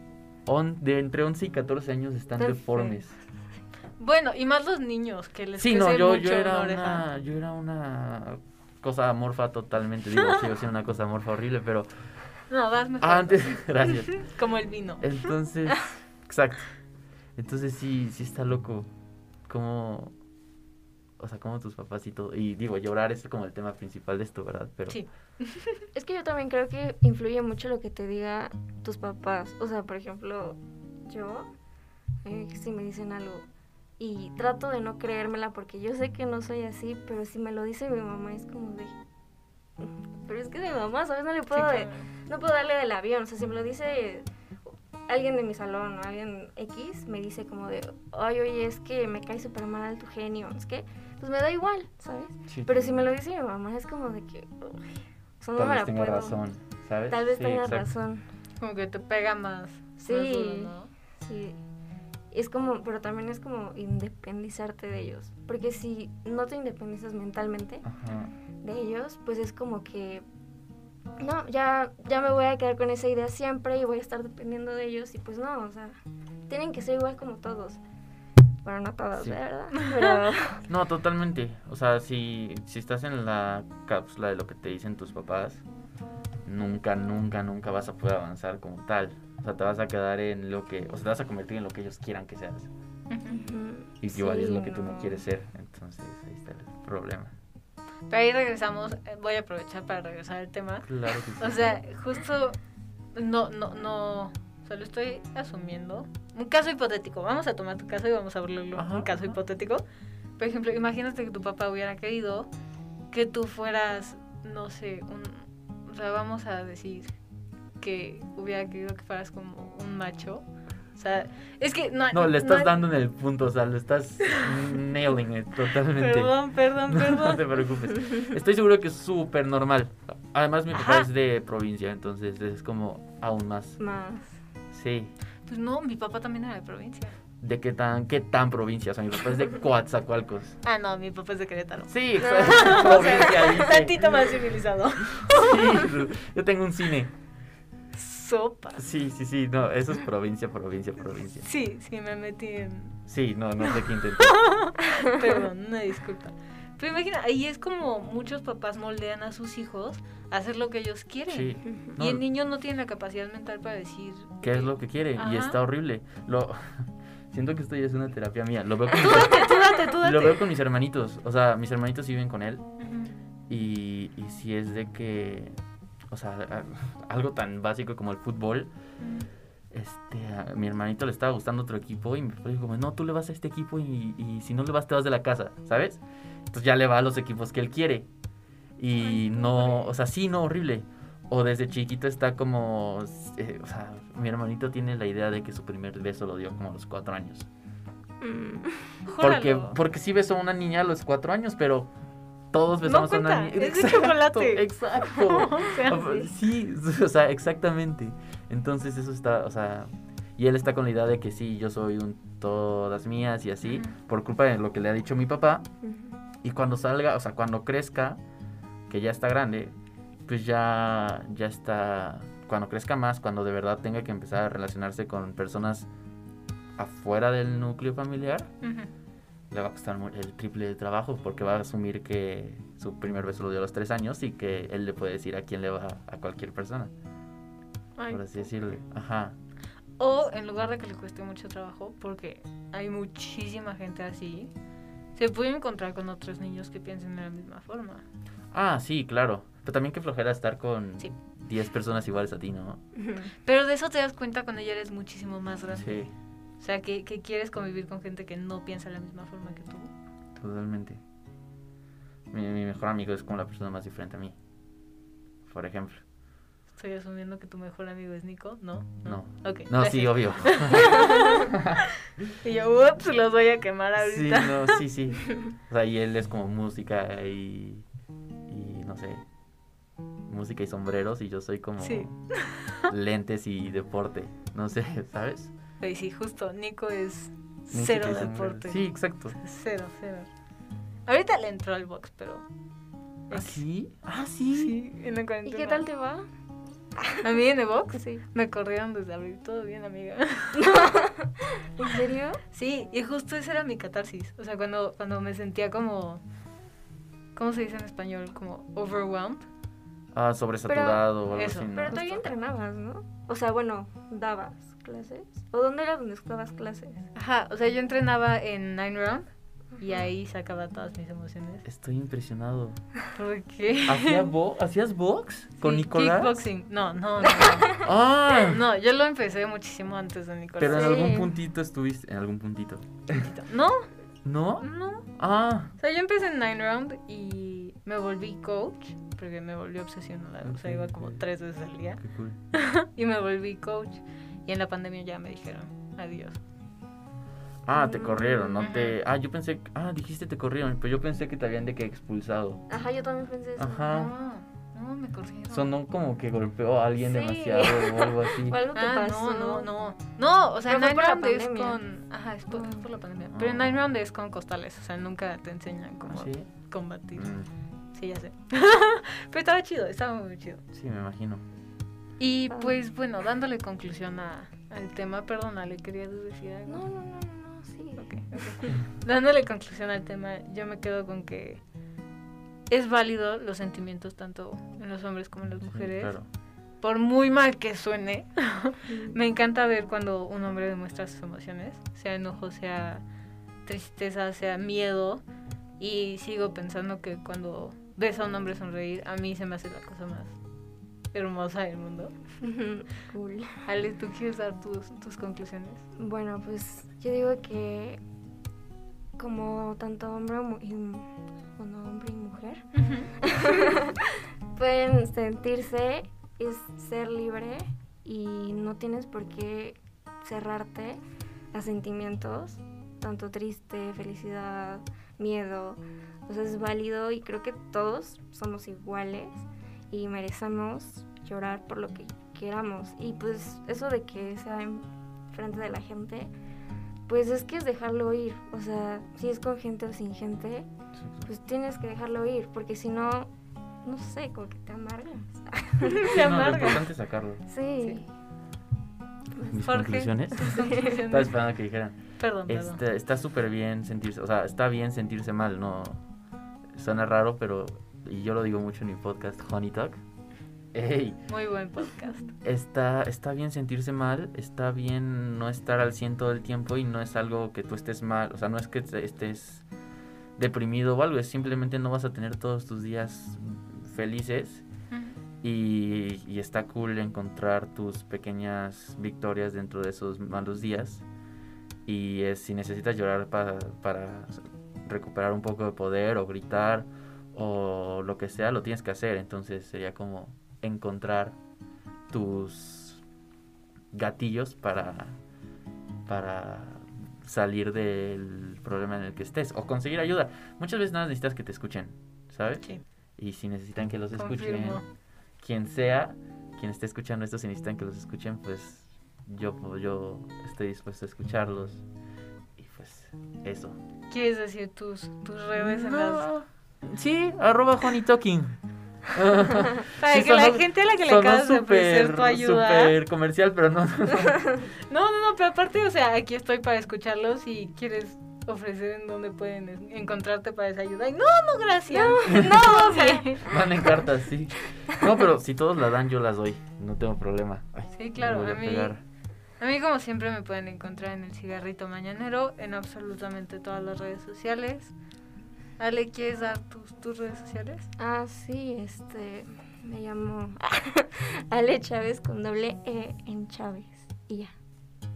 [SPEAKER 3] on- de entre 11 y 14 años están
[SPEAKER 4] Están
[SPEAKER 3] deformes.
[SPEAKER 2] Bueno, y más los niños que les
[SPEAKER 3] Sí, no,
[SPEAKER 2] crece
[SPEAKER 3] yo,
[SPEAKER 2] mucho
[SPEAKER 3] yo, era
[SPEAKER 2] la oreja.
[SPEAKER 3] una, yo era una cosa amorfa totalmente, digo, sigo siendo una cosa amorfa horrible, pero
[SPEAKER 2] No, vas mejor.
[SPEAKER 3] antes, gracias.
[SPEAKER 2] Como el vino.
[SPEAKER 3] Entonces, exacto. Entonces sí, sí está loco. Como, o sea, como tus papás y todo. Y digo, llorar es como el tema principal de esto, ¿verdad? Pero
[SPEAKER 2] Sí.
[SPEAKER 4] Es que yo también creo que influye mucho lo que te diga tus papás. O sea, por ejemplo, yo, eh, si me dicen algo y trato de no creérmela porque yo sé que no soy así, pero si me lo dice mi mamá es como de... "Mm, Pero es que es mi mamá, ¿sabes? No le puedo, de- no puedo darle del avión. O sea, si me lo dice alguien de mi salón o alguien X, me dice como de, ay, oye, es que me cae súper mal tu genio. Es que, pues me da igual, ¿sabes?
[SPEAKER 3] Sí.
[SPEAKER 4] Pero si me lo dice mi mamá es como de que... uy, o sea, no
[SPEAKER 3] tal
[SPEAKER 4] me
[SPEAKER 3] vez
[SPEAKER 4] la
[SPEAKER 3] tenga
[SPEAKER 4] puedo.
[SPEAKER 3] razón, ¿sabes?
[SPEAKER 4] Tal vez
[SPEAKER 3] Sí,
[SPEAKER 4] tengas
[SPEAKER 3] exacto.
[SPEAKER 4] razón.
[SPEAKER 2] Como que te pega más.
[SPEAKER 4] Sí.
[SPEAKER 2] más duro, ¿no?
[SPEAKER 4] Sí. Es como, pero también es como independizarte de ellos. Porque si no te independizas mentalmente
[SPEAKER 3] Ajá.
[SPEAKER 4] de ellos, pues es como que, no, ya, ya me voy a quedar con esa idea siempre y voy a estar dependiendo de ellos. Y pues no, o sea, tienen que ser igual como todos. Bueno, no todos,
[SPEAKER 3] Sí.
[SPEAKER 4] ¿verdad? Pero
[SPEAKER 3] No, totalmente. O sea, si, si estás en la cápsula de lo que te dicen tus papás, nunca, nunca, nunca vas a poder avanzar como tal. O sea, te vas a quedar en lo que, o sea, te vas a convertir en lo que ellos quieran que seas.
[SPEAKER 4] mm,
[SPEAKER 3] Y igual es lo que tú no quieres ser. Entonces, ahí está el problema.
[SPEAKER 2] Pero ahí regresamos. eh, Voy a aprovechar para regresar al tema.
[SPEAKER 3] Claro que sí.
[SPEAKER 2] O sea, justo no, no, no. O sea, lo estoy asumiendo. Un caso hipotético. Vamos a tomar tu caso y vamos a abrirlo.
[SPEAKER 3] Ajá,
[SPEAKER 2] un caso
[SPEAKER 3] ajá.
[SPEAKER 2] hipotético. Por ejemplo, imagínate que tu papá hubiera querido que tú fueras, no sé, un. O sea, vamos a decir que hubiera querido que fueras como un macho. O sea, es que no.
[SPEAKER 3] No, le estás
[SPEAKER 2] hay-
[SPEAKER 3] dando en el punto, o sea, lo estás nailing it totalmente.
[SPEAKER 2] Perdón, perdón,
[SPEAKER 3] No, no te
[SPEAKER 2] perdón.
[SPEAKER 3] preocupes. Estoy seguro que es súper normal. Además, mi papá
[SPEAKER 2] Ajá.
[SPEAKER 3] es de provincia, entonces es como aún más.
[SPEAKER 4] Más.
[SPEAKER 3] Sí.
[SPEAKER 2] Pues no, mi papá también era de provincia.
[SPEAKER 3] ¿De qué tan, qué tan provincia? O sea, mi papá es de Coatzacoalcos.
[SPEAKER 2] Ah, no, mi papá es de Querétaro.
[SPEAKER 3] Sí, exacto, provincia. dice.
[SPEAKER 2] Tantito más civilizado.
[SPEAKER 3] Sí, yo tengo un cine.
[SPEAKER 2] Sopa.
[SPEAKER 3] Sí, sí, sí, no, eso es provincia, provincia, provincia.
[SPEAKER 2] Sí, sí, me metí en...
[SPEAKER 3] Sí, no, no sé qué intenté.
[SPEAKER 2] Perdón, una disculpa. Pero imagina, ahí es como muchos papás moldean a sus hijos a hacer lo que ellos quieren.
[SPEAKER 3] Sí.
[SPEAKER 4] Ujú.
[SPEAKER 3] no,
[SPEAKER 2] y el niño no tiene la capacidad mental para decir...
[SPEAKER 3] qué es lo que quiere y
[SPEAKER 2] Ajá.
[SPEAKER 3] está horrible. Lo siento que esto ya es una terapia mía. Lo veo con,
[SPEAKER 2] Tú date, tú date, tú
[SPEAKER 3] lo veo
[SPEAKER 2] date.
[SPEAKER 3] con mis hermanitos, o sea, mis hermanitos viven con él
[SPEAKER 2] Ujú.
[SPEAKER 3] y y si es de que o sea, a- algo tan básico como el fútbol, este, a mi hermanito le estaba gustando otro equipo y me dijo como, "No, tú le vas a este equipo y, y si no le vas te vas de la casa", ¿sabes? Entonces ya le va a los equipos que él quiere. Y
[SPEAKER 2] Ay,
[SPEAKER 3] no,
[SPEAKER 2] pobre.
[SPEAKER 3] o sea, sí, no horrible. O desde chiquito está como, eh, o sea, mi hermanito tiene la idea de que su primer beso lo dio como a los cuatro años.
[SPEAKER 4] Mm.
[SPEAKER 3] Porque,
[SPEAKER 2] Júralo.
[SPEAKER 3] porque sí besó a una niña a los cuatro años, pero todos besamos a una
[SPEAKER 2] cuenta,
[SPEAKER 3] niña.
[SPEAKER 2] es de chocolate.
[SPEAKER 3] Exacto.
[SPEAKER 2] O sea, sí.
[SPEAKER 3] pues, sí, o sea, exactamente. Entonces eso está, o sea, y él está con la idea de que sí, yo soy un todas mías y así,
[SPEAKER 2] Ujú.
[SPEAKER 3] por culpa de lo que le ha dicho mi papá.
[SPEAKER 4] Ujú.
[SPEAKER 3] Y cuando salga, o sea, cuando crezca, que ya está grande, pues ya, ya está, cuando crezca más, cuando de verdad tenga que empezar a relacionarse con personas afuera del núcleo familiar,
[SPEAKER 2] Ujú.
[SPEAKER 3] le va a costar mu- el triple de trabajo porque va a asumir que su primer beso lo dio a los tres años y que él le puede decir a quién le va a cualquier persona,
[SPEAKER 2] Ay,
[SPEAKER 3] por así decirlo. Ajá.
[SPEAKER 2] O en lugar de que le cueste mucho trabajo, porque hay muchísima gente así, se puede encontrar con otros niños que piensen de la misma forma.
[SPEAKER 3] Ah, sí, claro. Pero también que flojera estar con
[SPEAKER 2] Sí.
[SPEAKER 3] 10 personas iguales a ti, ¿no?
[SPEAKER 2] Pero de eso te das cuenta cuando ya eres muchísimo más grande.
[SPEAKER 3] Sí,
[SPEAKER 2] O sea, que, que quieres convivir con gente que no piensa de la misma forma que tú.
[SPEAKER 3] totalmente. Mi, mi mejor amigo es como la persona más diferente a mí. por ejemplo.
[SPEAKER 2] Estoy asumiendo que tu mejor amigo es Nico, ¿no?
[SPEAKER 3] No.
[SPEAKER 2] Ok.
[SPEAKER 3] No, sí, obvio.
[SPEAKER 2] Y yo, ups, los voy a quemar
[SPEAKER 3] Sí,
[SPEAKER 2] ahorita.
[SPEAKER 3] no, sí, sí. O sea, y él es como música y, y no sé, música y sombreros y yo soy como
[SPEAKER 2] Sí.
[SPEAKER 3] lentes y deporte. No sé, ¿sabes?
[SPEAKER 2] Oye, sí, justo, Nico es
[SPEAKER 3] Música
[SPEAKER 2] cero
[SPEAKER 3] y sombreros.
[SPEAKER 2] deporte.
[SPEAKER 3] Sí, exacto.
[SPEAKER 2] Cero, cero. Ahorita le entró al box, pero. es-
[SPEAKER 3] ¿Así? Ah, sí.
[SPEAKER 2] Sí, en la
[SPEAKER 4] ¿Y
[SPEAKER 2] cuarentena.
[SPEAKER 4] qué tal te va?
[SPEAKER 2] ¿A mí en el box?
[SPEAKER 4] Sí.
[SPEAKER 2] Me corrieron desde abril. Todo bien, amiga.
[SPEAKER 4] ¿En serio?
[SPEAKER 2] Sí, y justo esa era mi catarsis. O sea, cuando, cuando me sentía como. ¿Cómo se dice en español? Como overwhelmed.
[SPEAKER 3] Ah, sobresaturado o algo
[SPEAKER 2] eso,
[SPEAKER 3] así. ¿no?
[SPEAKER 4] Pero
[SPEAKER 2] tú-
[SPEAKER 4] todavía entrenabas, ¿no? O sea, bueno, dabas clases. ¿O dónde era donde dabas clases?
[SPEAKER 2] Ajá, o sea, yo entrenaba en Nine Round y
[SPEAKER 4] Ajá.
[SPEAKER 2] ahí sacaba todas mis emociones.
[SPEAKER 3] Estoy impresionado.
[SPEAKER 2] ¿Por qué?
[SPEAKER 3] ¿Hacía bo- ¿Hacías box con
[SPEAKER 2] Sí,
[SPEAKER 3] Nicolás?
[SPEAKER 2] Kickboxing. No, no, no.
[SPEAKER 3] Ah,
[SPEAKER 2] No, yo lo empecé muchísimo antes de Nicolás.
[SPEAKER 3] pero en algún
[SPEAKER 4] Sí.
[SPEAKER 3] puntito estuviste, en algún puntito.
[SPEAKER 2] No,
[SPEAKER 3] ¿No?
[SPEAKER 2] no.
[SPEAKER 3] Ah,
[SPEAKER 2] O sea, yo empecé en Nine Round y me volví coach porque me volví obsesionada. O sea,
[SPEAKER 3] Ok,
[SPEAKER 2] iba como
[SPEAKER 3] ok.
[SPEAKER 2] tres veces al día
[SPEAKER 3] qué cool.
[SPEAKER 2] y me volví coach. Y en la pandemia ya me dijeron adiós.
[SPEAKER 3] Ah, te corrieron, no
[SPEAKER 2] Ujú.
[SPEAKER 3] te. Ah, yo pensé. que- Ah, dijiste te corrieron, pero yo pensé que te habían de que expulsado.
[SPEAKER 4] Ajá, yo también pensé eso.
[SPEAKER 3] Ajá.
[SPEAKER 2] No, Ah, no, me corrieron.
[SPEAKER 3] Sonó como que golpeó a alguien
[SPEAKER 4] Sí.
[SPEAKER 3] demasiado o algo así.
[SPEAKER 4] O algo que
[SPEAKER 2] Ah,
[SPEAKER 4] pasó.
[SPEAKER 2] no, no, no. No, o sea,
[SPEAKER 4] Pero fue
[SPEAKER 2] Nine
[SPEAKER 4] por la
[SPEAKER 2] Round es
[SPEAKER 4] pandemia.
[SPEAKER 2] con. Ajá, es por, es por la pandemia.
[SPEAKER 3] Ah.
[SPEAKER 2] Pero en Nine Round es con costales. O sea, nunca te enseñan cómo
[SPEAKER 3] ¿Sí?
[SPEAKER 2] combatir.
[SPEAKER 3] Mm,
[SPEAKER 2] Sí, ya sé. Pero estaba chido, estaba muy chido.
[SPEAKER 3] sí, me imagino.
[SPEAKER 2] Y
[SPEAKER 4] Padre.
[SPEAKER 2] pues bueno, dándole conclusión a- al tema, perdona, le quería decir algo.
[SPEAKER 4] No, no, no, no, no, sí.
[SPEAKER 2] Ok, ok. dándole conclusión al tema, yo me quedo con que es válido los sentimientos tanto en los hombres como en las
[SPEAKER 3] Sí,
[SPEAKER 2] mujeres.
[SPEAKER 3] claro.
[SPEAKER 2] Por muy mal que suene, me encanta ver cuando un hombre demuestra sus emociones, sea enojo, sea tristeza, sea miedo. Y sigo pensando que cuando ves a un hombre sonreír, a mí se me hace la cosa más hermosa del mundo.
[SPEAKER 4] cool.
[SPEAKER 2] Ale, ¿tú quieres dar tus, tus conclusiones?
[SPEAKER 4] Bueno, pues yo digo que como tanto hombre mu- y, bueno, hombre y mujer pueden sentirse es ser libre y no tienes por qué cerrarte a sentimientos, tanto triste, felicidad, miedo. O sea, es válido y creo que todos somos iguales y merecemos llorar por lo que queramos. Y pues eso de que sea en frente de la gente, pues es que es dejarlo ir. O sea, si es con gente o sin gente,
[SPEAKER 3] Exacto.
[SPEAKER 4] pues tienes que dejarlo ir, porque si no, no sé, como que te amargas.
[SPEAKER 2] Se
[SPEAKER 3] Sí, no, lo
[SPEAKER 2] amarga. Pues,
[SPEAKER 3] importante es sacarlo.
[SPEAKER 4] Sí.
[SPEAKER 3] Mis
[SPEAKER 2] Jorge.
[SPEAKER 3] conclusiones.
[SPEAKER 2] Tus conclusiones.
[SPEAKER 3] Estaba esperando que dijeran.
[SPEAKER 2] Perdón, perdón.
[SPEAKER 3] Este, está súper bien sentirse. O sea, está bien sentirse mal, no. Suena raro, pero. Y yo lo digo mucho en mi podcast, Honey Talk. ¡Ey!
[SPEAKER 2] Muy buen podcast.
[SPEAKER 3] está, está bien sentirse mal, está bien no estar al 100 todo el tiempo y no es algo que tú estés mal, o sea, no es que te- estés deprimido o algo, es simplemente no vas a tener todos tus días felices y, y está cool encontrar tus pequeñas victorias dentro de esos malos días y es- si necesitas llorar para, para recuperar un poco de poder o gritar o lo que sea, lo tienes que hacer, entonces sería como encontrar tus gatillos para, para salir del problema en el que estés o conseguir ayuda. Muchas veces nada más necesitas que te escuchen, ¿sabes?
[SPEAKER 2] Sí.
[SPEAKER 3] Y si necesitan que los escuchen,
[SPEAKER 2] Confirmo.
[SPEAKER 3] quien sea, quien esté escuchando esto, si necesitan que los escuchen, pues yo, yo estoy dispuesto a escucharlos. Y pues eso.
[SPEAKER 2] ¿Quieres decir tus, tus redes en las...
[SPEAKER 3] Sí, arroba Honey Talking.
[SPEAKER 2] Para
[SPEAKER 3] Sí,
[SPEAKER 2] que la
[SPEAKER 3] sonó-
[SPEAKER 2] gente a la que le
[SPEAKER 3] Sonó
[SPEAKER 2] acabas de ofrecer
[SPEAKER 3] súper-
[SPEAKER 2] tu ayuda...
[SPEAKER 3] súper comercial, pero no.
[SPEAKER 2] No, no, no, pero aparte, o sea, aquí estoy para escucharlos y quieres ofrecer en dónde pueden es- encontrarte para esa ayuda. Y no, no, gracias. No, no,
[SPEAKER 3] Manden cartas, sí. No, pero si todos la dan, yo las doy. No tengo problema. Ay,
[SPEAKER 2] Sí, claro,
[SPEAKER 3] me voy
[SPEAKER 2] a mí-
[SPEAKER 3] pegar.
[SPEAKER 2] A mí, como siempre, me pueden encontrar en el cigarrito mañanero, en absolutamente todas las redes sociales. Ale, ¿quieres dar tus, tus redes sociales?
[SPEAKER 4] Ah, sí, este, me llamo Ale Chávez con doble E en Chávez. Y ya.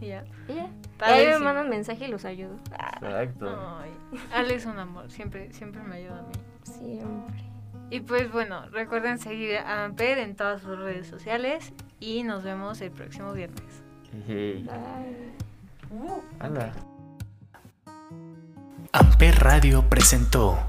[SPEAKER 2] Y ya.
[SPEAKER 4] Y ya. Y ahí me
[SPEAKER 2] Padrísimo.
[SPEAKER 4] mandan mensaje y los ayudo. Ah,
[SPEAKER 3] Exacto.
[SPEAKER 2] Ay, Ale es un amor, siempre, siempre me ayuda a mí.
[SPEAKER 4] Siempre.
[SPEAKER 2] Y pues bueno, recuerden seguir a Amper en todas sus redes sociales y nos vemos el próximo viernes.
[SPEAKER 3] Hey,
[SPEAKER 4] Bye.
[SPEAKER 3] anda.
[SPEAKER 1] Amper Radio presentó